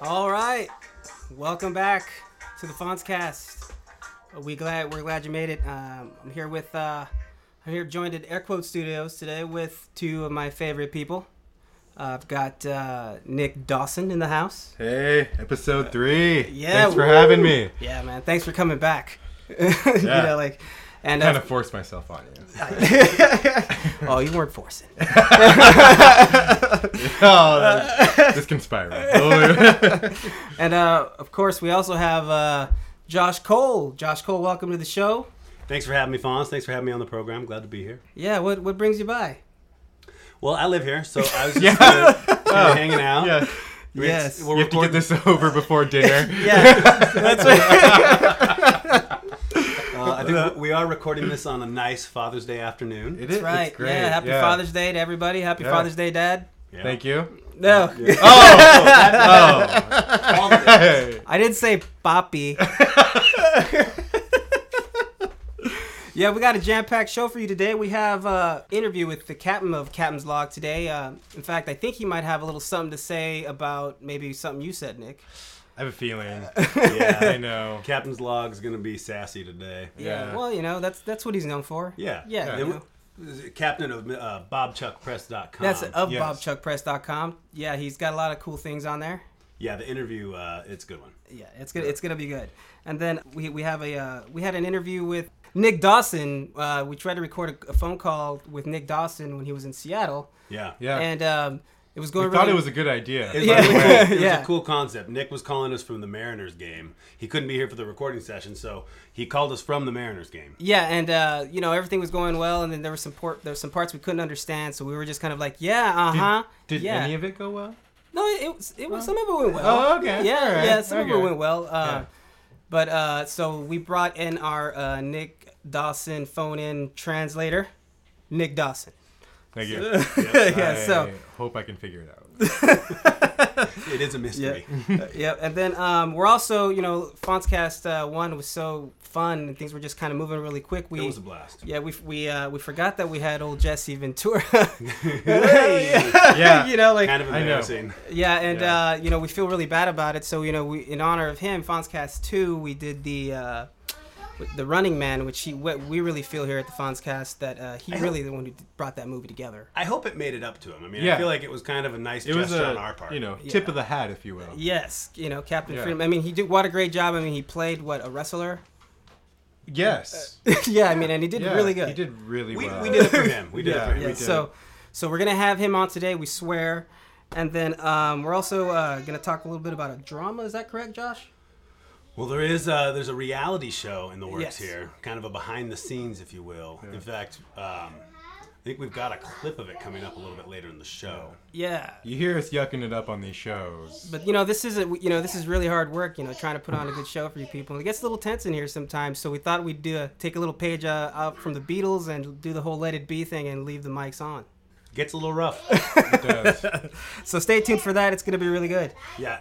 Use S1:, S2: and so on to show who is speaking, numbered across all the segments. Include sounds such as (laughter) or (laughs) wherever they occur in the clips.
S1: All right, welcome back to the Fonzcast. We glad we're glad you made it. Um, I'm here with uh, I'm here joined at Air Quote Studios today with two of my favorite people. Uh, I've got uh, Nick Dawson in the house.
S2: Hey, episode three.
S1: Uh, yeah,
S2: Thanks for
S1: woo.
S2: having me.
S1: Yeah, man, thanks for coming back. (laughs) you
S2: Yeah.
S1: know, like, and
S2: Kind
S1: uh,
S2: of forced myself on you.
S1: oh, you weren't forcing.
S2: (laughs) Oh,
S1: (laughs)
S2: this conspiring. Oh,
S1: and uh, of course, we also have uh, Josh Cole. Josh Cole, welcome to the show.
S3: Thanks for having me, Fonz. Thanks for having me on the program. Glad to be here.
S1: Yeah, what what brings you by?
S3: Well, I live here, so I was just kinda- kinda hanging out.
S2: yeah.
S1: Yes.
S3: We're
S2: You have to get
S3: recording-
S2: this over before dinner.
S1: (laughs) Yeah, that's right.
S3: uh, I think we we are recording this on a nice Father's Day afternoon.
S2: It is.
S1: That's right.
S2: It's great.
S1: Yeah, happy Father's Day to everybody. Happy
S2: Yeah.
S1: Father's Day, Dad.
S3: Yeah.
S2: Thank
S1: (laughs)
S2: you.
S1: No,
S2: Oh.
S3: All the-
S2: (laughs) Hey.
S1: I didn't say poppy.
S2: (laughs)
S1: yeah, we got a jam-packed show for you today. We have uh, interview with the captain of Captain's Log today. Uh, in fact, I think he might have a little something to say about maybe something you said, Nick.
S2: I have a feeling. I
S1: (laughs)
S3: yeah.
S2: know.
S3: Captain's log is going to be sassy today.
S2: Yeah.
S1: Well, you know that's that's what he's known for.
S3: Yeah.
S1: Yeah.
S2: Yeah.
S1: you know.
S3: Captain of uh, BobChuckPress.com.
S1: That's of
S2: uh, yes.
S1: bobchuckpress.com. Yeah, he's got a lot of cool things on there.
S3: yeah, the interview, uh, it's a good one.
S1: Yeah, it's gonna it's gonna be good. And then we, we have a uh, we had an interview with Nick Dawson. Uh, we tried to record a, a phone call with Nick Dawson when he was in Seattle,
S3: Yeah.
S2: Yeah.
S1: and um, it was
S2: we
S1: going. really,
S2: thought it was a good idea.
S3: It was,
S1: Yeah.
S3: really
S2: (laughs)
S3: cool.
S1: (laughs)
S3: It was
S1: Yeah.
S3: a cool concept. Nick was calling us from the Mariners game. He couldn't be here for the recording session, so he called us from the Mariners game.
S1: yeah, and uh, you know everything was going well, and then there was some port there were some parts we couldn't understand, so we were just kind of like, yeah, uh huh,
S2: Did
S1: yeah.
S2: any of it go well?
S1: No, it, it was it was some of it went well.
S2: Oh, okay.
S1: Yeah,
S2: All right.
S1: yeah, some of
S2: Okay.
S1: it went well. Uh,
S2: Yeah.
S1: But uh, so we brought in our uh, Nick Dawson phone in translator, Nick Dawson.
S2: Thank you.
S1: (laughs) yeah,
S2: I
S1: so
S2: hope I can figure it
S1: (laughs)
S2: out.
S3: It is a mystery.
S1: yeah, and then um, we're also, you know, Fontscast uh, one was so fun and things were just kind of moving really quick. We
S3: It was a blast.
S1: yeah, we we uh, we forgot that we had old Jesse Ventura. (laughs)
S2: Yeah.
S1: you know, like
S3: kind of
S2: I know.
S3: embarrassing.
S1: yeah, and
S2: Yeah.
S1: Uh, you know we feel really bad about it. So you know, we in honor of him, Fonzcast two, we did the. Uh, the Running Man, which he, what we really feel here at the Fonzcast, that uh, he really the one who brought that movie together.
S3: I hope it made it up to him. I mean,
S2: Yeah.
S3: I feel like it was kind of a nice
S2: It
S3: gesture
S2: was a,
S3: on our part.
S2: you know, tip of the hat, if you will.
S1: Yes, you know Captain
S2: Yeah.
S1: Freedom. I mean, he did what a great job. I mean, he played what a wrestler. (laughs)
S2: Yes.
S1: yeah, I mean, and he did
S2: Yeah,
S1: really good.
S2: He did really
S3: we,
S2: well.
S3: we did it for him. We did
S2: uh, (laughs) Yeah,
S3: it for him.
S2: we
S1: Yeah,
S2: did.
S1: so so we're gonna have him on today. We swear, and then um, we're also uh, gonna talk a little bit about a drama. Is that correct, Josh?
S3: Well, there is uh, there's a reality show in the works
S1: Yes.
S3: here, kind of a behind the scenes, if you will. In fact, um, I think we've got a clip of it coming up a little bit later in the show.
S1: Yeah.
S2: You hear us yucking it up on these shows. (laughs)
S1: But you know this is a, you know this is really hard work. You know trying to put on a good show for you people. It gets a little tense in here sometimes, so we thought we'd do a, take a little page uh, out from the Beatles and do the whole Let It Be thing and leave the mics on.
S3: Gets a little rough.
S2: It does.
S1: So stay tuned for that. It's gonna be really good.
S3: yeah,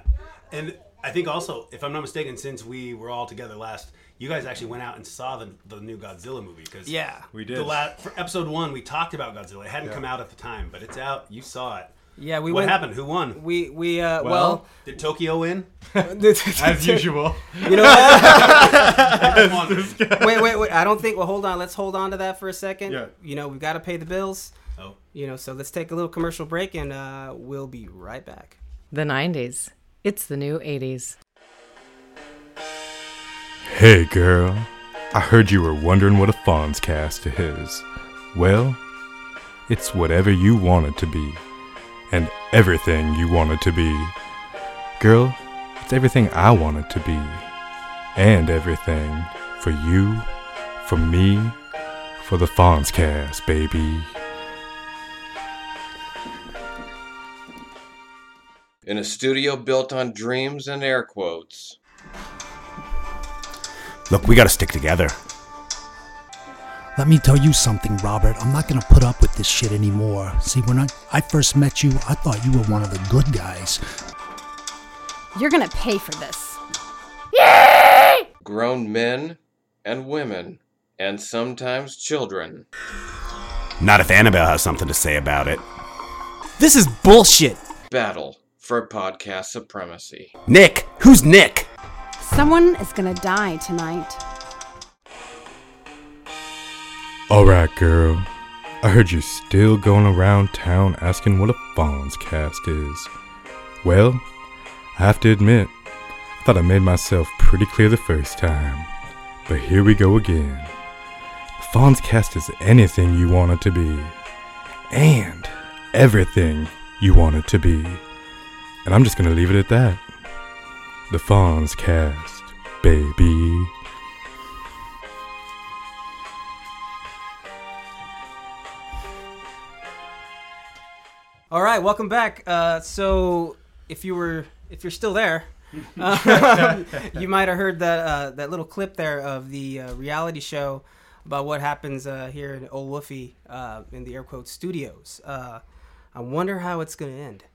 S3: and I think also, if I'm not mistaken, since we were all together last, you guys actually went out and saw the, the new Godzilla movie because
S1: Yeah.
S2: We did.
S3: The la- for episode one, we talked about Godzilla. It hadn't
S2: Yeah.
S3: come out at the time, but it's out. You saw it.
S1: Yeah. We
S3: what
S1: went,
S3: happened? Who won?
S1: We we uh, well.
S2: Well,
S3: Did Tokyo win?
S2: (laughs)
S1: (laughs)
S2: As usual.
S1: You know what?
S3: Everyone won.
S1: wait, wait, wait. I don't think. Well, hold on. Let's hold on to that for a second.
S2: Yeah.
S1: You know, we've got to pay the bills.
S3: oh,
S1: You know, so let's take a little commercial break and uh, we'll be right back.
S4: The 90s. It's the new 80s.
S5: Hey girl, I heard you were wondering what a Fonz cast is. Well, it's whatever you want it to be, and everything you want it to be. Girl, it's everything I want it to be, and everything for you, for me, for the Fonz cast, baby.
S6: in a studio built on dreams and air quotes.
S7: Look, we gotta stick together.
S8: Let me tell you something, Robert. I'm not gonna put up with this shit anymore. See, when I, I first met you, I thought you were one of the good guys.
S9: You're gonna pay for this.
S6: Grown men and women, and sometimes children.
S3: Not if Annabelle has something to say about it.
S7: This is bullshit!
S6: Battle for podcast supremacy.
S7: Nick! Who's Nick?
S9: Someone is gonna die tonight.
S5: Alright, girl. I heard you're still going around town asking what a Fonz cast is. Well, I have to admit, I thought I made myself pretty clear the first time. But here we go again. Fonz cast is anything you want it to be. And everything you want it to be. And I'm just gonna leave it at that. The Fonz cast, baby.
S1: All right, welcome back. Uh, so, if you were, if you're still there, (laughs) um, you might have heard that uh, that little clip there of the uh, reality show about what happens uh, here in Old Woofy uh, in the air quotes studios. Uh, I wonder how it's going to end. (laughs)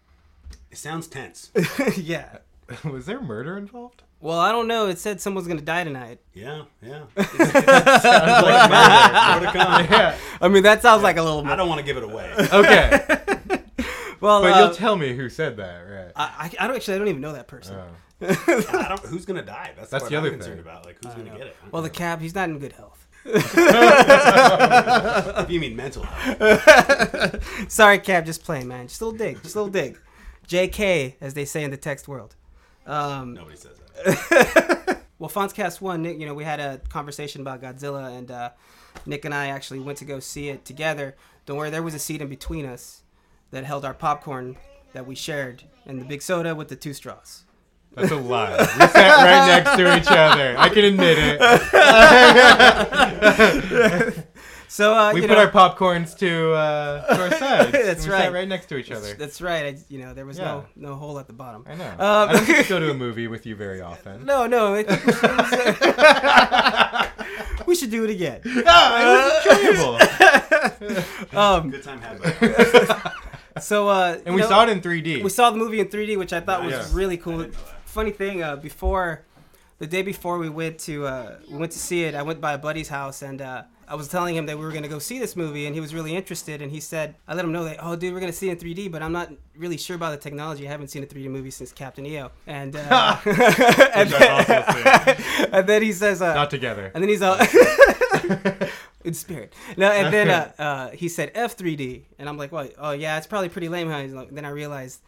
S3: It sounds tense.
S1: yeah.
S2: (laughs) Was there murder involved?
S1: Well, I don't know. It said someone's going to die tonight.
S3: Yeah, yeah. It's, it sounds like murder. More to come.
S2: Yeah.
S1: I mean, that sounds like a little.
S3: I don't want to give it away.
S2: Okay.
S1: well,
S2: (laughs) But
S1: uh,
S2: you'll tell me who said that, right?
S1: I, I I don't actually. I don't even know that person.
S2: Oh.
S3: I don't, who's gonna die? That's,
S2: That's
S3: the, part
S2: the
S3: I'm
S2: other
S3: concerned
S2: thing.
S3: about. Like, who's gonna get it?
S1: well, the cab. He's not in good health.
S3: if you mean mental health,
S1: Sorry, cab. Just playing, man. Just a little dig. Just a little dig. J.K. as they say in the text world. Um,
S3: nobody says that.
S1: Well, Fonzcast One, Nick, you know, we had a conversation about Godzilla, and uh, Nick and I actually went to go see it together. Don't worry, there was a seat in between us that held our popcorn that we shared and the big soda with the two straws.
S2: That's a lie. We sat right next to each other. I can admit
S1: (laughs)
S2: it.
S1: So uh,
S2: We
S1: you
S2: put
S1: know,
S2: our popcorns to, uh, to our
S1: (laughs)
S2: sides.
S1: That's
S2: we
S1: right.
S2: sat right next to each other.
S1: that's right. I, you know, there was no no hole at the bottom.
S2: I know.
S1: Um,
S2: I don't get to go to
S1: (laughs)
S2: a movie with you very often.
S1: No, no. I think we should-
S2: (laughs)
S1: we should do it (laughs) again.
S2: it was enjoyable.
S3: Good
S1: (laughs)
S3: time had. By
S1: So uh,
S2: And we saw it in 3D.
S1: we saw the movie in 3D, which I thought was
S2: Nice.
S1: really cool. Funny thing, uh, before the day before we went to uh, we went to see it, I went by a buddy's house and uh, I was telling him that we were gonna go see this movie, and he was really interested. And he said, I let him know that, oh, dude, we're gonna see it in 3D, but I'm not really sure about the technology. I haven't seen a 3D movie since Captain EO. And
S2: (laughs)
S1: uh, (laughs) and,
S2: Which I've
S1: then, (laughs)
S2: also seen.
S1: and then he says, uh,
S2: Not together.
S1: and then
S2: (laughs)
S1: he's all (laughs) in spirit. No, and then uh, uh, he said F3D, and I'm like, well, oh yeah, it's probably pretty lame. Huh? He's like, then I realized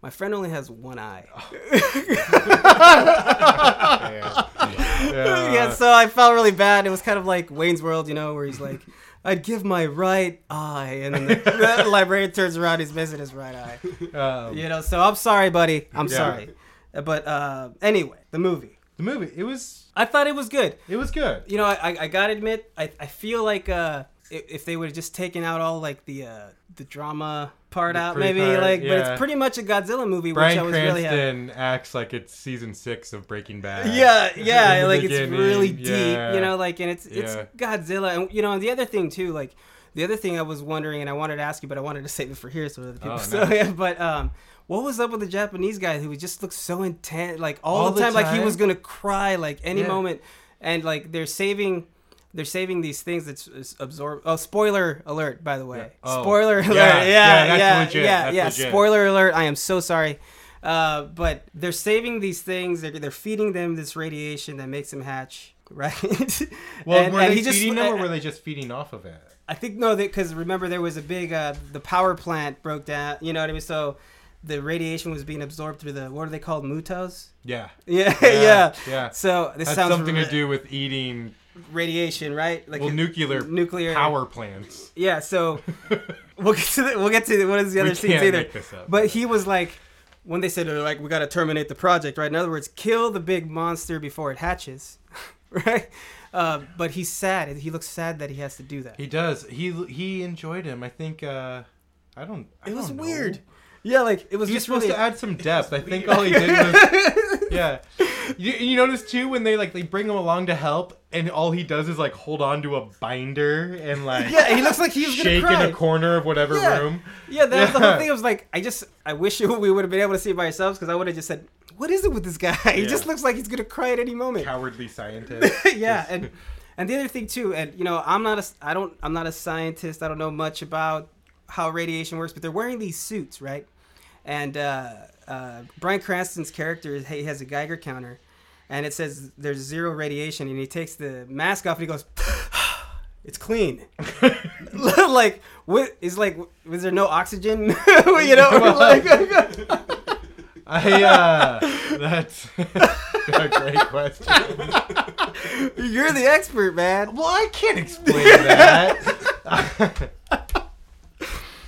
S1: my friend only has one eye.
S2: Oh.
S1: (laughs)
S2: Yeah.
S1: yeah, so I felt really bad. It was kind of like Wayne's World, you know, where he's like, I'd give my right eye, and then the,
S2: (laughs)
S1: the librarian turns around, he's missing his right eye.
S2: Um,
S1: You know, so I'm sorry, buddy. I'm
S2: Yeah.
S1: sorry. Uh, But uh, anyway, the movie.
S2: The movie, it was
S1: I thought it was good.
S2: it was good.
S1: you know, I, I, I gotta admit, I, I feel like uh, i- if they would have just taken out all like the uh, the drama part
S2: The
S1: out,
S2: pretty
S1: maybe
S2: part,
S1: like, but
S2: yeah.
S1: it's pretty much a Godzilla movie, which I
S2: Brian
S1: was really happy.
S2: Cranston acts like it's season six of Breaking Bad.
S1: Yeah,
S2: (laughs) In
S1: yeah,
S2: the
S1: like it's
S2: beginning,
S1: really deep,
S2: yeah.
S1: you know, like and it's it's
S2: Yeah.
S1: Godzilla, and you know, and the other thing too, like the other thing I was wondering, and I wanted to ask you, but I wanted to save it for here so other people.
S2: Oh,
S1: so
S2: nice.
S1: yeah, (laughs) but um. What was up with the Japanese guy who just looked so intent, like all,
S2: All
S1: the,
S2: the
S1: time, like he
S2: time?
S1: was gonna cry, like any
S2: Yeah.
S1: moment, and like they're saving, they're saving these things that's it's absorb. Oh, spoiler alert! By the way,
S2: Oh.
S1: spoiler
S2: Yeah,
S1: alert! Yeah,
S2: yeah,
S1: yeah,
S2: that's
S1: yeah,
S2: legit,
S1: yeah,
S2: that's legit.
S1: Spoiler alert! I am so sorry, uh, but they're saving these things. They're, they're feeding them this radiation that makes them hatch. Right.
S2: Well,
S1: And-
S2: were
S1: and
S2: they
S1: he just-
S2: feeding them or were they just feeding off of it?
S1: I think no, because remember there was a big uh, the power plant broke down. You know what I mean? So the radiation was being absorbed through the what are they called mutos?
S2: Yeah.
S1: (laughs) Yeah, yeah.
S2: Yeah, yeah.
S1: So this
S2: Has
S1: sounds
S2: something
S1: re-
S2: to do with eating
S1: radiation, right? Like
S2: well
S1: a-
S2: nuclear
S1: nuclear
S2: power plants.
S1: Yeah.
S2: (laughs)
S1: So we'll get to the, we'll get to the, what is the
S2: We
S1: other scenes
S2: can't
S1: either.
S2: make this up.
S1: But he was like, when they said they're like, we got to terminate the project, right? In other words, kill the big monster before it hatches, (laughs) right? Uh, but he's sad. He looks sad that he has to do that.
S2: He does. He he enjoyed him. I think. uh I don't. I
S1: it was
S2: don't know.
S1: weird. Yeah, like it was
S2: He was
S1: just
S2: supposed
S1: really
S2: to add some depth. I think all he did was. yeah. You, you notice too when they like they bring him along to help, and all he does is like hold on to a binder and
S1: (laughs)
S2: like
S1: Yeah, he looks like he was
S2: shake
S1: gonna cry.
S2: in a corner of whatever
S1: yeah.
S2: room.
S1: Yeah, that was the whole
S2: Yeah.
S1: thing. I was like, I just, I wish (laughs) we would have been able to see it by ourselves because I would have just said, "What is it with this guy? he just looks like he's gonna cry at any moment."
S2: Cowardly scientist.
S1: (laughs) yeah, and and the other thing too, and you know, I'm not a, I don't, I'm not a scientist. I don't know much about how radiation works, but they're wearing these suits, right? and uh, uh, Brian Cranston's character is- he has a Geiger counter, and it says there's zero radiation, and he takes the mask off and he goes, (sighs) "It's clean." (laughs) like what is like was there no oxygen? (laughs) you know, like,
S2: (laughs) I, uh, that's (laughs) a great question.
S1: you're the expert, man.
S2: Well, (laughs) I can't explain that.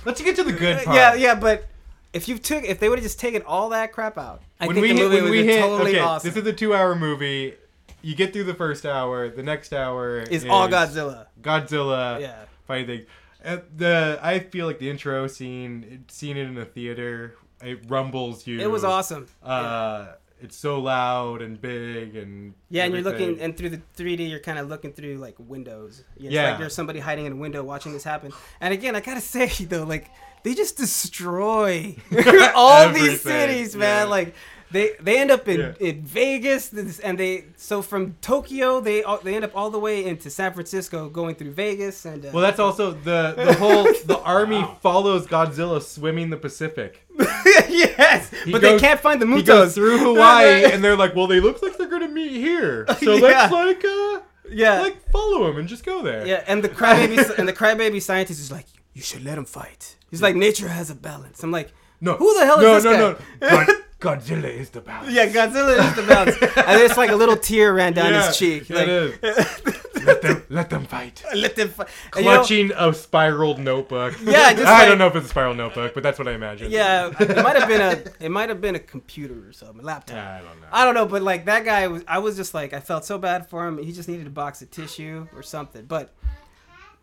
S2: Let's get to the good part.
S1: Yeah, yeah, but if you took if they would have just taken all that crap out, I
S2: when
S1: think
S2: we
S1: the
S2: hit,
S1: movie
S2: when
S1: would
S2: we
S1: be
S2: hit,
S1: totally
S2: okay,
S1: awesome.
S2: this is a two-hour movie. You get through the first hour. The next hour
S1: is all Godzilla.
S2: Godzilla
S1: Yeah.
S2: fighting things. Uh, the I feel like the intro scene, seeing it in a theater, it rumbles you.
S1: It was awesome.
S2: Uh, It's so loud and big and
S1: Yeah, and you're
S2: everything.
S1: looking, and through the 3D, you're kind of looking through like windows. Yeah, it's
S2: Yeah.
S1: like there's somebody hiding in a window watching this happen. And again, I gotta (laughs) say though, like they just destroy (laughs) all these
S2: Everything,
S1: cities, man.
S2: yeah.
S1: Like they they end up in,
S2: Yeah.
S1: in Vegas, this- and they so from Tokyo they all- they end up all the way into San Francisco, going through Vegas, and uh,
S2: Well, that's also the the whole the
S1: (laughs)
S2: army follows Godzilla swimming the Pacific.
S1: (laughs) yes,
S2: He
S1: but
S2: goes-
S1: they can't find the
S2: He goes
S1: Mutos (laughs)
S2: through Hawaii, and they're like, "Well, they look like they're gonna meet here, so let's
S1: Yeah.
S2: like uh,
S1: yeah,
S2: like follow him and just go there."
S1: Yeah, and the crybaby and the crybaby scientist is like, you should let him fight. He's like, nature has a balance. I'm like,
S2: No.
S1: who the hell is
S2: no,
S1: this
S2: no,
S1: guy?
S2: No, no,
S1: (laughs)
S2: God, Godzilla is the power.
S1: Yeah, Godzilla is the
S2: (laughs)
S1: balance, and it's like a little tear ran down his cheek.
S2: it
S1: Like, (laughs)
S2: is. let them, let them fight.
S1: let them fight. And, you know,
S2: Clutching a spiraled notebook. (laughs)
S1: Yeah, just
S2: I
S1: like-
S2: don't know if it's a spiral notebook, but that's what I imagine.
S1: yeah, it might have been a it might have been a computer or something, a laptop.
S2: I don't know.
S1: I don't know, but like that guy was I was just like I felt so bad for him. He just needed a box of tissue or something. But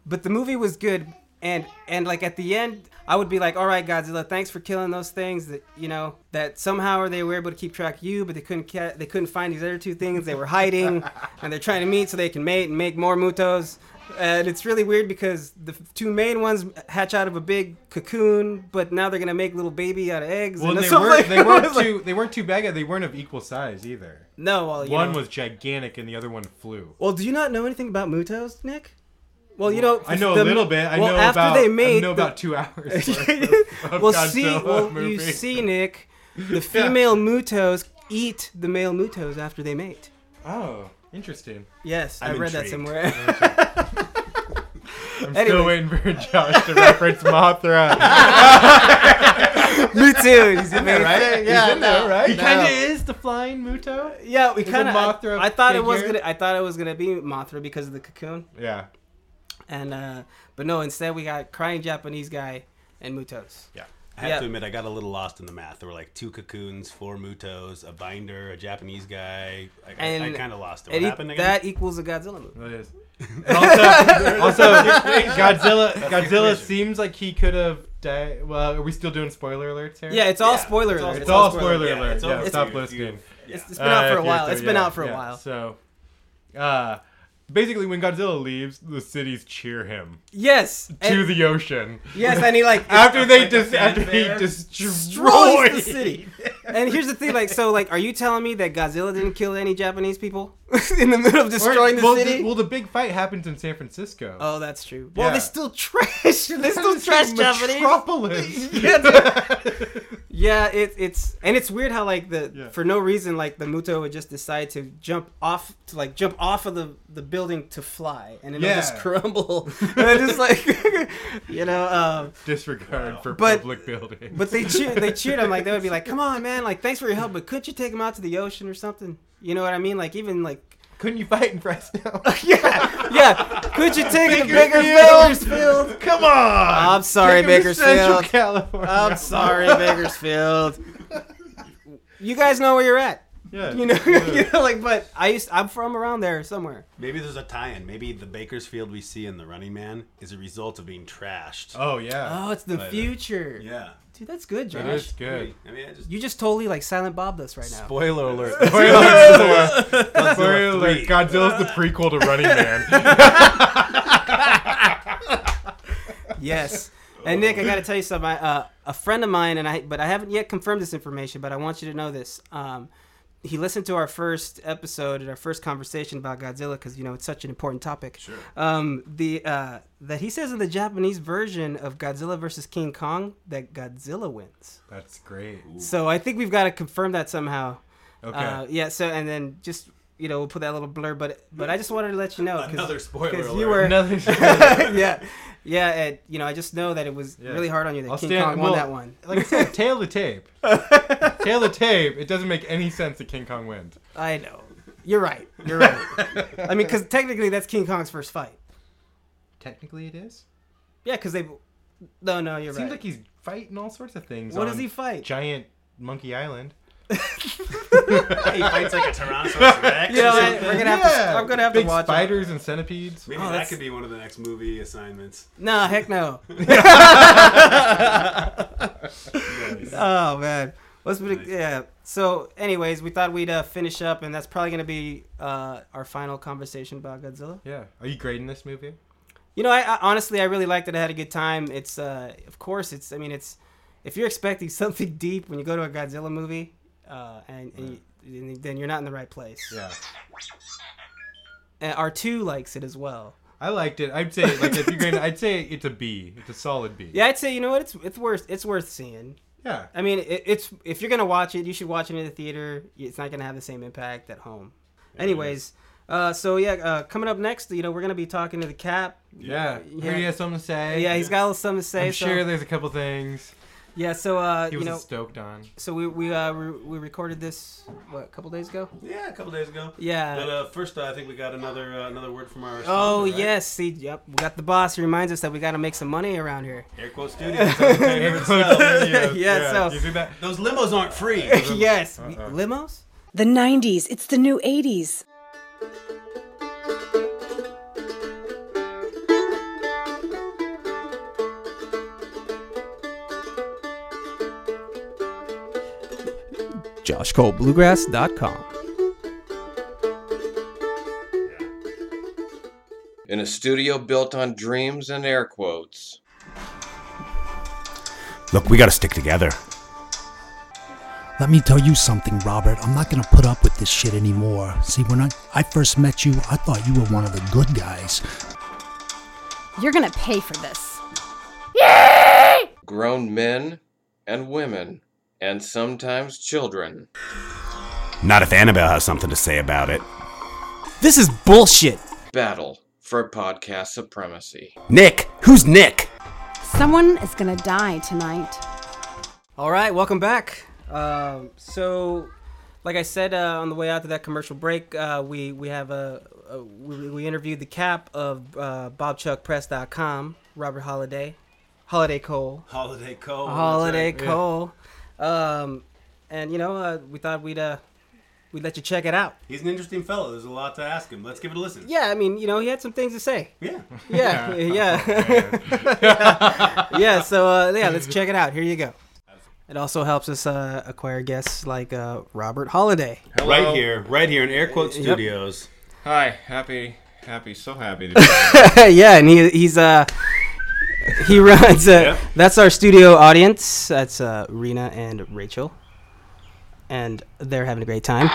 S1: but the movie was good and and like at the end I would be like, "All right, Godzilla, thanks for killing those things that, you know, that somehow they were able to keep track of you, but they couldn't ca- they couldn't find these other two things they were hiding and they're trying to meet so they can mate and make more mutos." And it's really weird because the f- two main ones hatch out of a big cocoon, but now they're gonna make little baby out of eggs.
S2: Well,
S1: and
S2: they
S1: so,
S2: weren't,
S1: like, (laughs)
S2: they
S1: I
S2: weren't
S1: was like,
S2: too they weren't too bad. They weren't of equal size either.
S1: No, well, you
S2: One
S1: know.
S2: was gigantic and the other one flew.
S1: Well, do you not know anything about Mutos, Nick? Well, you know,
S2: I know
S1: the-
S2: a little bit. I
S1: well,
S2: know
S1: after
S2: about
S1: they made
S2: I know
S1: the-
S2: about two hours.
S1: (laughs)
S2: worth of- of
S1: well, see,
S2: Godzilla
S1: well, you
S2: movie.
S1: see, Nick,
S2: (laughs)
S1: the female Mutos eat the male Mutos after they mate.
S2: Oh, interesting.
S1: Yes, i
S3: I'm
S1: read that
S2: (laughs)
S3: intrigued.
S1: somewhere. (laughs)
S2: I'm
S1: Anyway.
S2: still waiting for Josh to reference
S1: (laughs)
S2: Mothra.
S1: Me too. He's in
S2: there, right?
S1: Yeah,
S2: He's in there,
S1: no,
S2: right? He
S1: no.
S2: kind of is the flying Muto.
S1: Yeah, we
S2: Is it
S1: kind of.
S2: Mothra
S1: I, I thought it was
S2: figure?
S1: gonna. I thought it was gonna be Mothra because of the cocoon,
S2: Yeah.
S1: and uh but no. Instead, we got crying Japanese guy and Mutos.
S2: Yeah.
S3: I have
S1: Yeah.
S3: to admit, I got a little lost in the math. There were like two cocoons, four mutos, a binder, a Japanese guy. I, I, I
S1: And-
S3: kind of lost it. What
S1: And he-
S3: happened again?
S1: that equals a Godzilla movie.
S2: That
S1: (laughs)
S2: is. And also, also Godzilla. Godzilla seems like he could have died. Well, are we still doing spoiler alerts here?
S1: Yeah, it's all spoiler alert.
S2: It's, all spoiler,
S3: Yeah,
S2: alert.
S3: it's
S2: Yeah,
S3: all-
S2: stop
S3: you-
S2: listening.
S3: you-
S1: It's, it's been out
S2: Uh,
S1: for a
S2: if you-
S1: while.
S2: so,
S1: It's been
S2: yeah,
S1: out for a
S2: yeah.
S1: while.
S2: So, uh, basically, when Godzilla leaves, the cities cheer him
S1: Yes.
S2: to
S1: and-
S2: the ocean.
S1: yes, and he like
S2: (laughs) After they
S3: like a
S2: dis- after he
S3: fanfare.
S1: destroys the
S2: destroys
S1: city. And here's the thing, like, so, like, are you telling me that Godzilla didn't kill any Japanese people (laughs) in the middle of
S2: (laughs) Or-
S1: destroying the
S2: well,
S1: city?
S2: well, the big fight happens in San Francisco. (laughs)
S1: oh, that's true. Well,
S2: Yeah.
S1: they still trash. (laughs) They still
S2: It's a
S1: trash Japanese.
S2: Metropolis.
S1: (laughs) Yeah, dude. yeah, it, it's and it's weird how like the
S2: Yeah.
S1: for no reason like the Muto would just decide to jump off to like jump off of the, the building to fly and it'll
S2: Yeah.
S1: just crumble (laughs) and it's just like you know um,
S2: (laughs) Disregard for
S1: But-
S2: public buildings.
S1: But they cheer, they cheered him like they would be like, "Come on, man! Like, thanks for your help, but couldn't you take him out to the ocean or something? You know what I mean? Like, even like,
S2: couldn't you fight
S1: (laughs)
S2: in Fresno?
S1: yeah, yeah, could you take him to
S2: Bakersfield!
S1: Bakersfield?
S2: (laughs) Come on!
S1: I'm (laughs) sorry,
S2: Take 'em to Central
S1: Bakersfield.
S2: California.
S1: I'm (laughs) sorry, Bakersfield. You guys know where you're at.
S2: (laughs) Yeah.
S1: You know, (laughs) you know, like, but I used, I'm from around there somewhere.
S3: Maybe there's a tie-in. Maybe the Bakersfield we see in The Running Man is a result of being trashed.
S2: (laughs) Oh yeah.
S1: Oh, it's the future.
S3: Yeah.
S1: Dude, that's good,
S2: that
S1: Josh.
S2: is good.
S3: I mean, I just
S1: You (laughs) just totally like silent bobbed us right now.
S3: spoiler alert.
S2: Spoiler
S1: (laughs)
S2: alert. Spoiler
S3: Godzilla
S2: alert.
S3: three.
S2: Godzilla's the prequel to Running Man. (laughs)
S1: Yes. And Nick, I
S2: Oh.
S1: got to tell you something. I, uh, a friend of mine and I, but I haven't yet confirmed this information. But I want you to know this. Um, he listened to our first episode and our first conversation about Godzilla because you know it's such an important topic. Sure. Um, the uh, that he says in the Japanese version of Godzilla versus King Kong that Godzilla wins.
S2: That's great.
S1: So I think we've got to confirm that somehow.
S2: Okay.
S1: Uh, yeah. So and then just you know we'll put that little blur, but but I just wanted to let you know 'cause-
S3: Another spoiler
S1: you
S3: alert.
S1: were (laughs)
S2: Another-
S1: yeah yeah. And, you know I just know that it was really hard on you that King Kong won
S2: well,
S1: that one.
S2: Like I (laughs) said, tail to tape. tail to tape. It doesn't make any sense that King Kong wins.
S1: I know. You're right. You're
S2: (laughs)
S1: right. I mean, because technically that's King Kong's first fight.
S2: Technically, it is.
S1: Yeah, because they. No, no, you're
S2: Seems
S1: right.
S2: like he's fighting all sorts of things.
S1: What
S2: on
S1: does he fight?
S2: Giant Monkey Island.
S3: (laughs) he fights like a Tyrannosaurus
S1: (laughs)
S3: Rex.
S1: You know
S3: or
S1: what?
S3: something.
S1: We're gonna have to. I'm gonna have
S2: Big
S1: to watch. it.
S2: spiders and centipedes.
S3: Maybe that
S1: oh, that's-
S3: could be one of the next movie assignments.
S1: No, heck no. (laughs) oh man, what's been, yeah. So, anyways, we thought we'd uh, finish up, and that's probably gonna be uh, our final conversation about Godzilla.
S2: Yeah. Are you grading this movie?
S1: You know, I, I honestly, I really liked it. I had a good time. It's, uh, of course, it's. I mean, it's. If you're expecting (laughs) something deep when you go to a Godzilla movie, uh, and, and, you, and then you're not in the right place.
S2: Yeah.
S1: And R2 likes it as well.
S2: I liked it. I'd say like if you're gonna, I'd say it's a B. It's a solid B.
S1: Yeah, I'd say you know what it's it's worth it's worth seeing.
S2: Yeah.
S1: I mean, it, it's if you're gonna watch it, you should watch it in the theater. It's not gonna have the same impact at home. Anyways, uh, so yeah, uh, coming up next, you know, we're gonna be talking to the Cap.
S2: Yeah.
S1: Yeah.
S2: Heard he has something to say.
S1: Yeah, he's got a little something to say.
S2: I'm
S1: so,
S2: sure there's a couple things
S1: yeah, so uh,
S2: he
S1: you
S2: was
S1: know,
S2: stoked on.
S1: so we we uh, re- we recorded this what a couple days ago.
S3: Yeah, a couple days ago.
S1: Yeah.
S3: But uh, first, uh, I think we got another uh, another word from our.
S1: Oh
S3: sponsor, right?
S1: yes, see, yep, we got the boss. He reminds us that we gotta make some money around here. (laughs)
S3: Air quote studio. (laughs) yeah.
S1: Yeah, so-
S2: you see that?
S3: Those limos
S1: (laughs)
S3: aren't free.
S1: yes, we- limos.
S7: The 90s, it's the new 80s.
S1: JoshColeBluegrass.com.
S6: In a studio built on dreams and air quotes.
S8: Look, we gotta stick together.
S10: Let me tell you something, Robert. I'm not gonna put up with this shit anymore. See, when I, I first met you, I thought you were one of the good guys.
S9: You're gonna pay for this.
S6: Grown men and women, and sometimes children.
S10: Not if
S3: Annabelle has something to say about it.
S10: This is bullshit.
S6: Battle for podcast supremacy.
S10: Nick, who's Nick?
S9: Someone is gonna die tonight.
S1: All right, welcome back. Um, so, like I said uh, on the way out to that commercial break, uh, we we have a, a we, we interviewed the cap of uh, BobChuckPress.com, Robert Holiday, Holiday Cole,
S3: Holiday Cole.
S1: Holiday
S3: Oh, that's right.
S1: Cole, um, and you know uh, we thought we'd uh, we'd let you check it out.
S3: He's an interesting fellow. There's a lot to ask him. Let's give it a listen.
S1: Yeah, I mean you know he had some things to say.
S3: Yeah.
S1: Yeah, (laughs) yeah, (laughs) yeah. so uh, yeah, let's check it out. Here you go. It also helps us uh, acquire guests like uh, Robert Holiday.
S3: Right here, right here in Air Quote Studios.
S6: Hi, happy, happy, so happy to be here.
S1: (laughs) yeah, and he he's uh he (laughs) runs. Uh,
S3: Yep.
S1: That's our studio audience. That's uh, Rena and Rachel, and they're having a great time.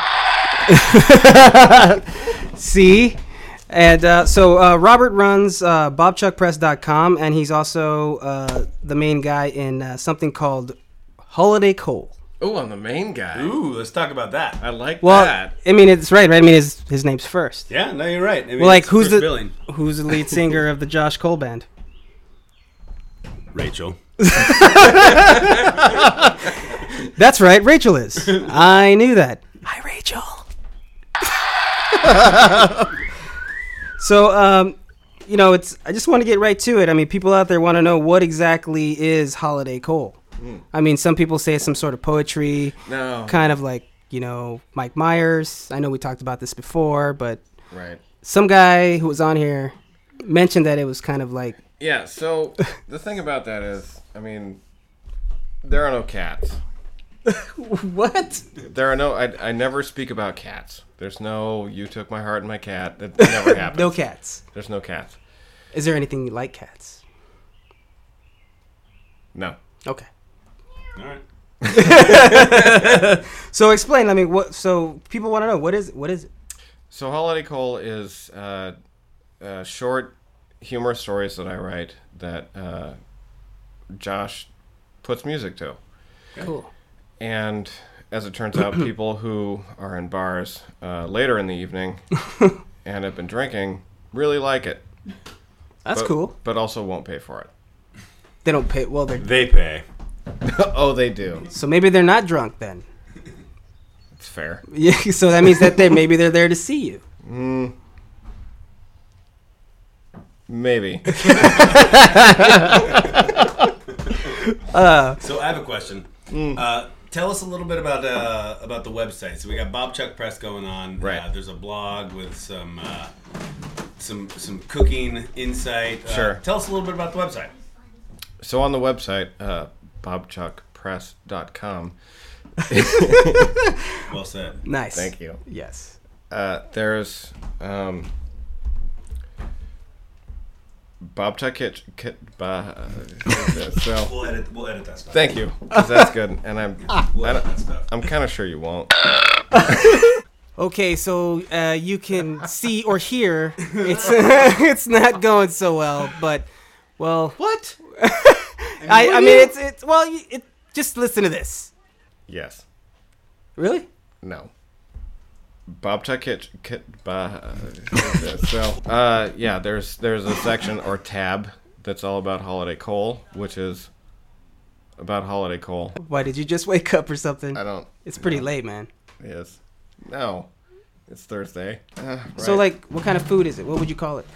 S1: (laughs) See. And uh, so uh, Robert runs uh, BobChuckPress.com, and he's also uh, the main guy in uh, something called Holiday Coal.
S6: Oh, I'm the main guy.
S3: Ooh, let's talk about that.
S6: I like
S1: Well,
S6: that.
S1: I mean, it's right, right? I mean, his, his name's first.
S3: Yeah, no, you're right. I mean,
S1: Well, like
S3: it's
S1: who's
S3: Bruce
S1: the
S3: billing?
S1: who's the lead singer of the Josh Cole band?
S3: Rachel?
S1: That's right, Rachel (laughs) is. I knew that. Hi, Rachel. (laughs) so, um, you know, it's. I just want to get right to it. I mean, people out there want to know what exactly is holiday coal. I mean, some people say it's some sort of (laughs) poetry,
S6: No.
S1: kind of like you know Mike Myers. I know we talked about this before, but
S6: Right.
S1: some guy who was on here mentioned that it was kind of like
S6: Yeah, so the thing about that is, I mean, there are no cats.
S1: what?
S6: There are no. I, I never speak about cats. There's no. You took my heart and my cat. That never (laughs) happens.
S1: No cats.
S6: There's no cats.
S1: Is there anything you like cats?
S6: No.
S1: Okay.
S3: All right.
S1: (laughs) so explain. I mean, what? So people want to know what is what is it?
S6: So Holiday Coal is uh, uh, short humor stories that I write that uh, Josh puts music to.
S4: Cool.
S6: And as it turns out, people who are in bars uh, later in the evening and have been drinking really like it.
S1: That's
S6: But-
S1: cool.
S6: But also won't pay for it. (laughs)
S1: They don't pay. Well, they
S3: They pay.
S6: oh, they do.
S1: so maybe they're not drunk then. (laughs)
S6: It's fair.
S1: Yeah. So that means that they maybe they're there to see you.
S6: Mm. Maybe.
S3: so I have a question.
S6: Mm.
S3: Uh, tell us a little bit about uh, about the website. So we got Bob Chuck Press going on.
S6: Right.
S3: Uh, there's a blog with some uh, some some cooking insight. Uh,
S6: Sure.
S3: Tell us a little bit about the website.
S6: So on the website, uh, bobchuckpress.com,
S3: Well said.
S1: Nice.
S6: Thank you.
S1: Yes.
S6: uh, there's um, Bob Chuck Kitch. Kit, bah, so,
S3: We'll edit. We'll edit that stuff.
S6: thank you, 'cause that's good. And I'm,
S3: We'll
S6: I
S3: edit that
S6: don't,
S3: stuff.
S6: I'm kind of sure you won't.
S1: Okay, so uh, you can see or hear. It's (laughs) it's not going so well, but well,
S2: What?
S1: (laughs) I, I mean it's it's well, you- it just listen to this.
S6: Yes.
S1: Really?
S6: No. Bob Chuck Kitch. Kit, bah, so, uh, yeah, there's there's a section or tab that's all about holiday coal, which is about holiday coal.
S1: Why did you just wake up or something?
S6: I don't.
S1: It's pretty late, man.
S6: Yes. No. It's Thursday. Uh,
S1: So
S6: right.
S1: like, what kind of food is it? What would you call it?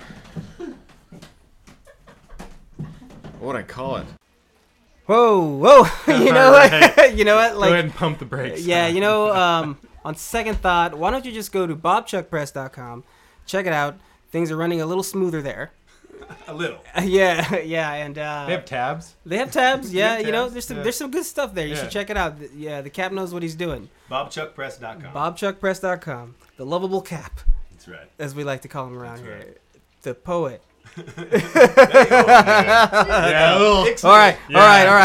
S6: what would I call it?
S1: Whoa, (laughs)
S2: (laughs)
S1: whoa! you know what? (laughs) you know what?
S2: Go ahead
S1: Like,
S2: and pump the brakes.
S1: yeah, you know. Um, on second thought, why don't you just go to bobchuckpress.com, check it out. Things are running a little smoother there.
S3: A little.
S1: (laughs) yeah, yeah, and uh,
S2: They have tabs.
S1: They have
S2: (laughs)
S1: tabs, yeah.
S2: have
S1: you know,
S2: tabs,
S1: there's some
S2: yeah.
S1: there's some good stuff there. You
S2: Yeah.
S1: should check it out. Th- Yeah, the cap knows what he's doing.
S3: BobChuckPress.com.
S1: BobChuckPress.com, the lovable cap,
S3: That's right.
S1: as we like to call him around
S3: That's
S1: here,
S3: right.
S1: the poet. uh,
S6: Oh,
S2: yeah.
S1: All right,
S2: Yeah,
S1: all right, all right, all right.
S2: okay, I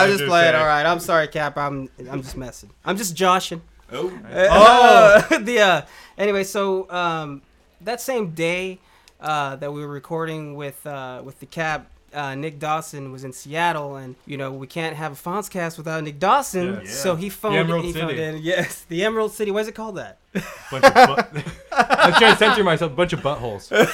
S1: I'll just
S2: just
S1: play it.
S2: say.
S1: All right, I'm sorry, Cap. I'm I'm just messing. I'm just joshing. (laughs)
S3: Oh.
S1: Oh, the uh, anyway. So um, that same day uh, that we were recording with uh, with the Cap. Uh, Nick Dawson was in Seattle, and you know we can't have a Fonzcast without Nick Dawson.
S2: Yeah. Yeah.
S1: So he phoned,
S2: Emerald
S1: he phoned
S2: City.
S1: in. Yes, the Emerald City. Why is it called that?
S2: bunch of butt- (laughs) I was trying to censor myself. A bunch
S1: (laughs)
S2: of buttholes. Uh,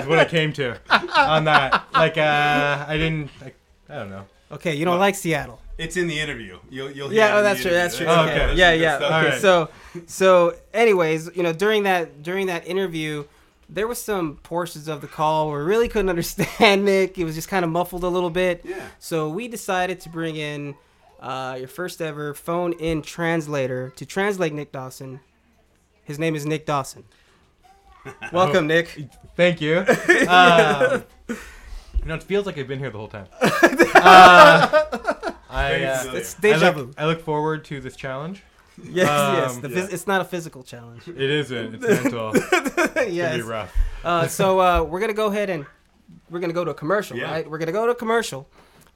S2: is what I came to on that. Like, uh, I didn't. I, I don't know.
S1: Okay, you don't like Seattle.
S3: It's in the interview. You'll, you'll hear it
S1: Yeah,
S3: in
S1: oh,
S3: the
S1: that's true.
S3: interview.
S1: That's true.
S2: Oh,
S1: Okay.
S2: okay.
S1: Yeah,
S3: That's
S1: yeah.
S3: good
S1: Okay.
S3: stuff.
S2: Alright.
S1: So, so, anyways, you know, during that during that interview, there was some portions of the call where we really couldn't (laughs) understand Nick. It was just kind of muffled a little bit.
S3: Yeah.
S1: So we decided to bring in uh, your first ever phone-in translator to translate Nick Dawson. His name is Nick Dawson. Welcome, Nick.
S2: Thank
S1: (laughs)
S2: you. Um, you know, it feels like I've been here the whole time. Uh, I, uh,
S3: Very
S1: It's
S2: I,
S1: deja vu. (laughs)
S2: look, I look forward to this challenge.
S1: Yes, yes.
S2: um,
S1: The phys- It's not a physical challenge. (laughs)
S2: It isn't. It's mental. It's gonna be
S1: yes.
S2: rough.
S1: Uh, so uh, we're gonna go ahead and we're gonna go to a commercial,
S3: Yeah.
S1: right? We're gonna go to a commercial,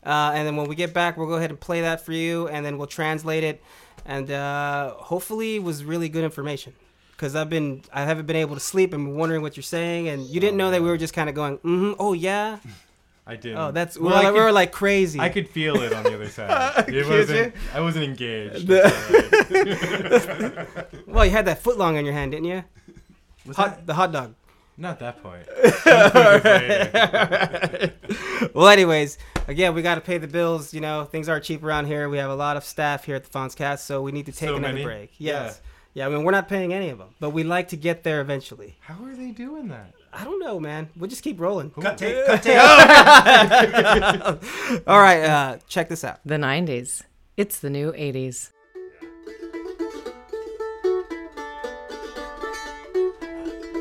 S1: uh, and then when we get back, we'll go ahead and play that for you, and then we'll translate it, and uh, hopefully it was really good information. Because I've been, I haven't been able to sleep and wondering what you're saying, and you
S2: Oh,
S1: didn't know that we were just kind of going, mm-hmm, oh yeah,
S2: I did.
S1: oh that's,
S2: Well,
S1: well,
S2: I
S1: we were
S2: could-
S1: like crazy.
S2: I could feel it on the
S1: (laughs)
S2: other side. It
S1: Could
S2: wasn't, I wasn't engaged.
S1: well, you had that footlong on your hand, didn't you?
S2: Was
S1: Hot,
S2: that-
S1: the hot dog.
S2: not that point. Later.
S1: Well, anyways, again, we got to pay the bills. You know, things aren't cheap around here. We have a lot of staff here at the Fonzcast, so we need to take
S2: So
S1: another
S2: many?
S1: break. Yes. Yeah. I mean, we're not paying any of them, but we like to get there eventually.
S2: How are they doing that?
S1: I don't know, man. We'll just keep rolling.
S3: Cut tape. Cut tape.
S1: (laughs) All right, uh, check this out.
S4: The 90s. It's the new 80s.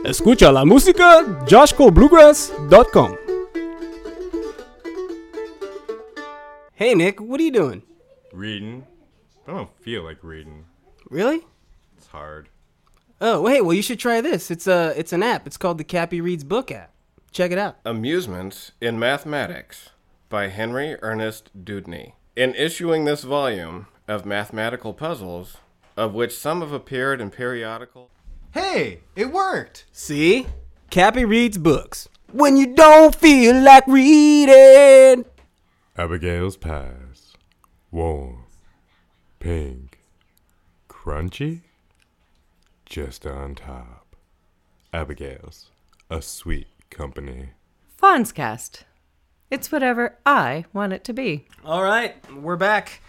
S11: Escucha la música joshcobluegrass.com.
S1: Hey, Nick, what are you doing?
S5: Reading? I don't feel like reading.
S1: Really?
S5: It's hard.
S1: Oh, wait. Well, you should try this. It's a, it's an app. It's called the Cappy Reads Book app. Check it out.
S6: Amusements in Mathematics by Henry Ernest Dudney. In issuing this volume of mathematical puzzles, of which some have appeared in periodical.
S2: Hey, it worked!
S1: See? Cappy reads books. When you don't feel like reading.
S5: Abigail's pies. Warm, pink, crunchy, just on top. Abigail's. A sweet company.
S4: Fonscast. It's whatever I want it to be.
S1: All right, we're back.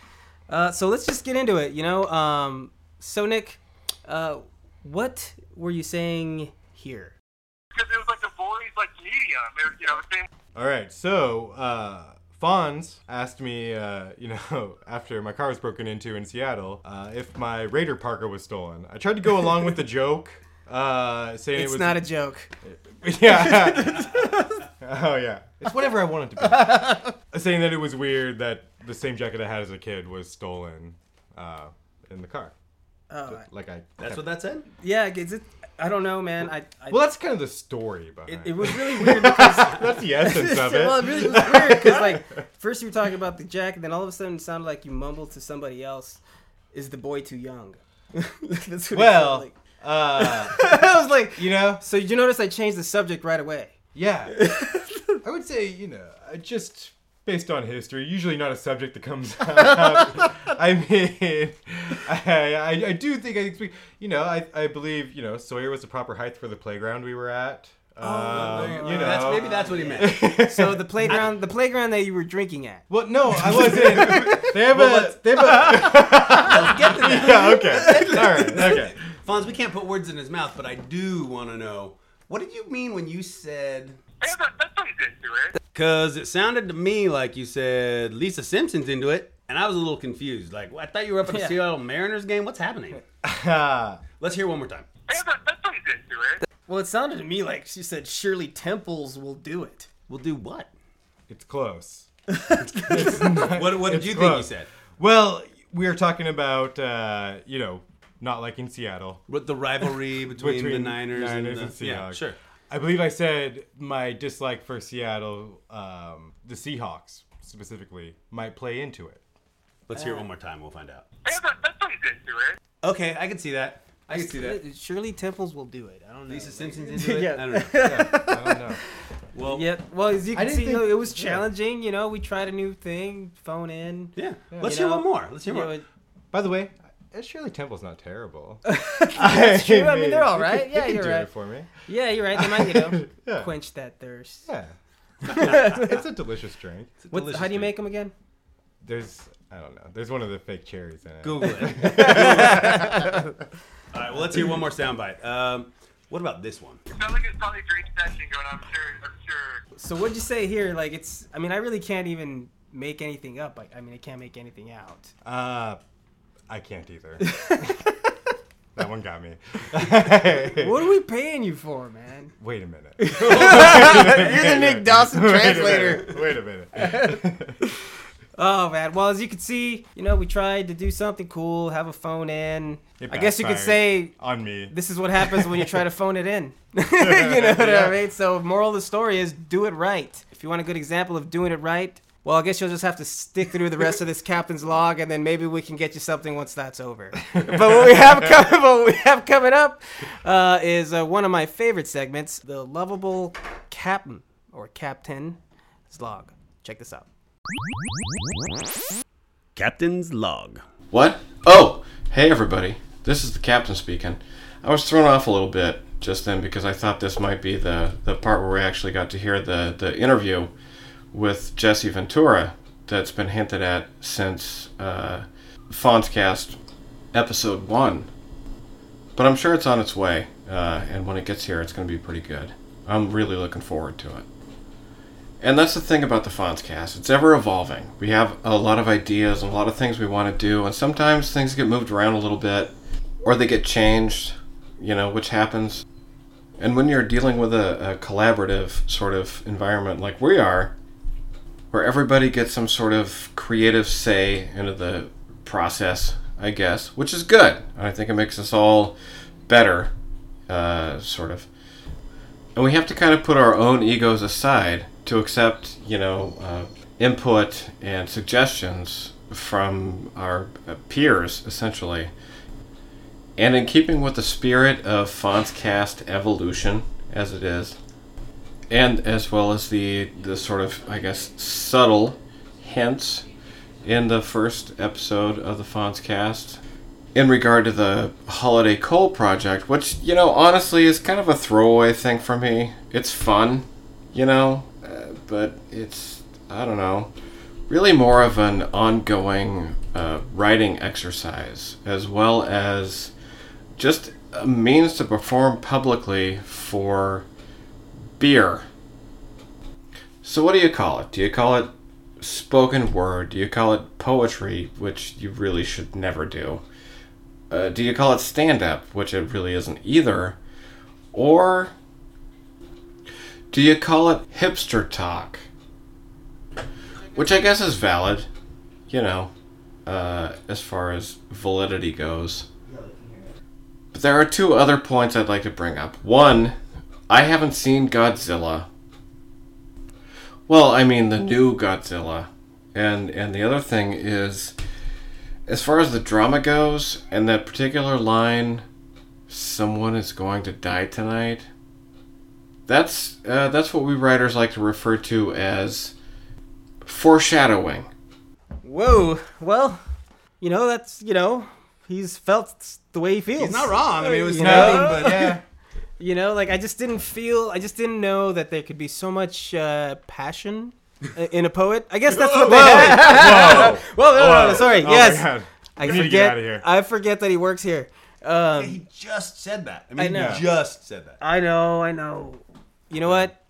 S1: Uh, so let's just get into it. You know, um, so Nick, uh, what were you saying here?
S12: Because it was like the boys, like medium. It was, you know, the same
S2: All right, so uh, Fonz asked me, uh, you know, (laughs) after my car was broken into in Seattle, uh, if my Raider Parker was stolen. I tried to go along with the joke, uh, saying
S1: it's
S2: it was
S1: not a joke.
S2: (laughs)
S1: (laughs)
S2: Yeah. oh yeah. It's whatever I want it to be. (laughs) saying that it was weird that the same jacket I had as a kid was stolen uh, in the car.
S1: Oh,
S2: Just like I.
S3: That's what that said.
S1: Yeah, is it? I don't know, man. I, I
S2: Well, that's kind of the story behind
S1: it, it was really weird because
S2: That's the essence
S1: (laughs)
S2: of it.
S1: well, it really was weird because
S2: (laughs)
S1: like first you were talking about the jack, and then all of a sudden it sounded like you mumbled to somebody else. Is the boy too young? (laughs) That's what it sounded
S2: Well,
S1: like.
S2: uh,
S3: (laughs)
S1: I was like,
S2: you know.
S1: So you notice I changed the subject right away.
S3: (laughs)
S2: Yeah. I would say, you know, I just based on history, usually not a subject that comes (laughs) up. I mean, (laughs) I, I, I do think I think, you know, I, I believe, you know, Sawyer was the proper height for the playground we were at.
S3: Oh,
S2: Um, you know,
S3: That's, maybe that's what he
S2: (laughs)
S3: meant.
S1: so the playground, the playground that you were drinking at.
S2: Well, no, I
S3: (laughs)
S2: wasn't. They have
S1: Well,
S2: a. They have a.
S3: Get to that.
S2: yeah.
S3: (laughs)
S2: Okay. All right. Okay.
S3: Fonz, we can't put words in his mouth, but I do want to know what did you mean when you said. Because it sounded to me like you said Lisa Simpson's into it, and I was a little confused. Like, I thought you were up at the
S1: Yeah.
S3: Seattle Mariners game. What's happening?
S2: Ah.
S3: Let's hear one more time.
S1: Well, it sounded to me like she said Shirley Temples will do it.
S3: We'll do what?
S2: It's close.
S3: What, what did
S2: It's
S3: you think he
S2: close.
S3: said?
S2: Well, we are talking about, uh, you know, not liking Seattle.
S3: What the rivalry between, the Niners, and, the, Yeah,
S2: Seahawks.
S3: sure.
S2: I believe I said my dislike for Seattle, um, the Seahawks specifically, might play into
S1: (laughs)
S2: it.
S3: Let's hear it one more time. We'll find out. Okay, I can see that. I can see that.
S1: Shirley Temples will do it. I don't know.
S3: Lisa Simpson's into it?
S1: Yeah.
S3: I don't know. Yeah, I don't know.
S1: Well, (laughs)
S3: Well-
S1: yeah. Well, as you
S2: I
S1: can
S2: didn't
S1: see,
S2: think-
S1: it was
S2: yeah.
S1: challenging. You know, we tried a new thing. Phone in.
S3: Yeah.
S1: You
S3: Let's hear
S1: know?
S3: one more. Let's hear
S1: You
S3: one.
S1: know,
S2: By the way, uh, Shirley Temple's not terrible.
S1: (laughs)
S2: (laughs)
S1: That's true. I mean, they're all
S2: they
S1: right.
S2: could- they
S1: Yeah,
S2: could
S1: you're
S2: do
S1: right.
S2: It for me.
S1: Yeah, you're right. They might, you
S2: (laughs)
S1: know,
S2: Yeah.
S1: quench that thirst. (laughs)
S2: Yeah. it's a delicious drink.
S1: What, how do you make them again?
S2: There's, I don't know. There's one of the fake cherries in it.
S3: Google it. Google
S1: (laughs)
S3: it. All right, well, let's hear one more soundbite. Um, what about this one?
S1: So what'd you say here? Like, it's. I mean, I really can't even make anything up. I, I mean, I can't make anything out.
S2: Uh, I can't
S1: (laughs)
S2: either. that one got me.
S1: (laughs) What are we paying you for, man?
S2: Wait
S1: (laughs)
S2: a minute.
S1: You're the Nick Dawson
S2: Wait a minute.
S1: translator.
S2: Wait a minute. (laughs)
S1: Oh man! Well, as you can see, you know, we tried to do something cool, have a phone in.
S2: It
S1: I guess you could
S2: backfired
S1: say
S2: on me.
S1: This is what happens when you try to phone it in. (laughs) you know what
S2: Yeah.
S1: I mean? So, moral of the story is do it right. If you want a good example of doing it right, well, I guess you'll just have to stick through the rest of this captain's log, and then maybe we can get you something once that's over. but what we have coming, (laughs) what we have coming up, uh, is uh, one of my favorite segments, the lovable captain or captain's log. Check this out.
S3: Captain's log.
S6: What? Oh, hey everybody. This is the captain speaking. I was thrown off a little bit just then because I thought this might be the, the part where we actually got to hear the, the interview with Jesse Ventura that's been hinted at since uh, Fonzcast episode one. But I'm sure it's on its way, uh, and when it gets here, it's going to be pretty good. I'm really looking forward to it. And that's the thing about the Fonzcast. It's ever evolving. We have a lot of ideas and a lot of things we want to do, and sometimes things get moved around a little bit or they get changed, you know, which happens. And when you're dealing with a, a collaborative sort of environment like we are, where everybody gets some sort of creative say into the process, I guess, which is good. And I think it makes us all better, uh, sort of. And we have to kind of put our own egos aside to accept, you know, uh, input and suggestions from our uh, peers, essentially. And in keeping with the spirit of Fontscast evolution as it is, and as well as the, the sort of, I guess, subtle hints in the first episode of the Fontscast in regard to the Holiday Coal project, which, you know, honestly is kind of a throwaway thing for me. It's fun, you know, uh, but it's, I don't know, really more of an ongoing uh, writing exercise as well as just a means to perform publicly for beer. So, what do you call it? Do you call it spoken word? Do you call it poetry, which you really should never do? Uh, do you call it stand up, which it really isn't either? Or do you call it hipster talk? Which I guess is valid, you know, uh, as far as validity goes. But there are two other points I'd like to bring up. One, I haven't seen Godzilla. Well, I mean the new Godzilla. And and the other thing is as far as the drama goes, and that particular line, someone is going to die tonight. That's uh, that's what we writers like to refer to as foreshadowing.
S1: Whoa. Well, you know that's you know he's felt the way he feels.
S3: He's not wrong. I mean, it was
S1: You
S3: nothing, but yeah.
S1: (laughs) You know, like I just didn't feel. I just didn't know that there could be so much uh, passion i- in a poet. I guess that's what they
S11: Whoa,
S1: had.
S11: whoa,
S1: (laughs) Whoa, no, no, no,
S11: whoa.
S1: sorry.
S11: Oh my
S1: yes.
S11: God.
S1: I
S11: We
S1: forget.
S11: need to get outta here.
S1: I forget that he works here. Um,
S3: he just said that. I
S1: I
S3: mean,
S1: know.
S3: he just said that.
S1: I know. I know. You know what?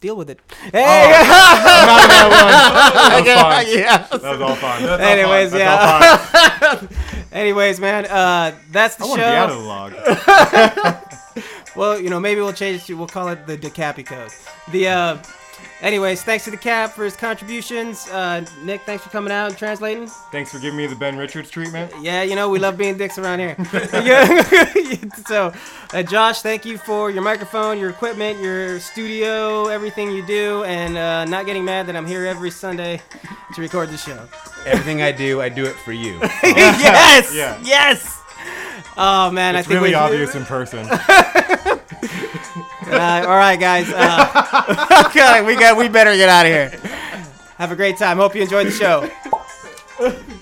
S1: Deal with it. Hey.
S11: That was
S1: Okay,
S11: all fine.
S1: yes.
S11: That was all fine. Oh, That's all
S1: (laughs) Anyways,
S11: fine.
S1: yeah.
S11: That's all
S1: (laughs) Anyways, man, uh, that's the
S11: I
S1: show.
S11: wanna be out of the log.
S1: well, you know, maybe we'll change it to we'll call it the DeCapi code. The uh, anyways, thanks to the Cap for his contributions. Uh, Nick, thanks for coming out and translating.
S2: Thanks for giving me the Ben Richards treatment.
S1: Yeah, you know, we love being dicks around here. (laughs) Yeah. so, uh, Josh, thank you for your microphone, your equipment, your studio, everything you do, and uh, not getting mad that I'm here every Sunday to record the show.
S13: Everything I do, I do it for you.
S1: (laughs) yes!
S2: Yeah.
S1: Yes! Oh, man,
S2: It's
S1: I think
S2: really
S1: we-
S2: obvious in person.
S1: Uh, all right, guys. Uh, (laughs) okay, we got. We better get out of here. Have a great time. Hope you enjoyed the show.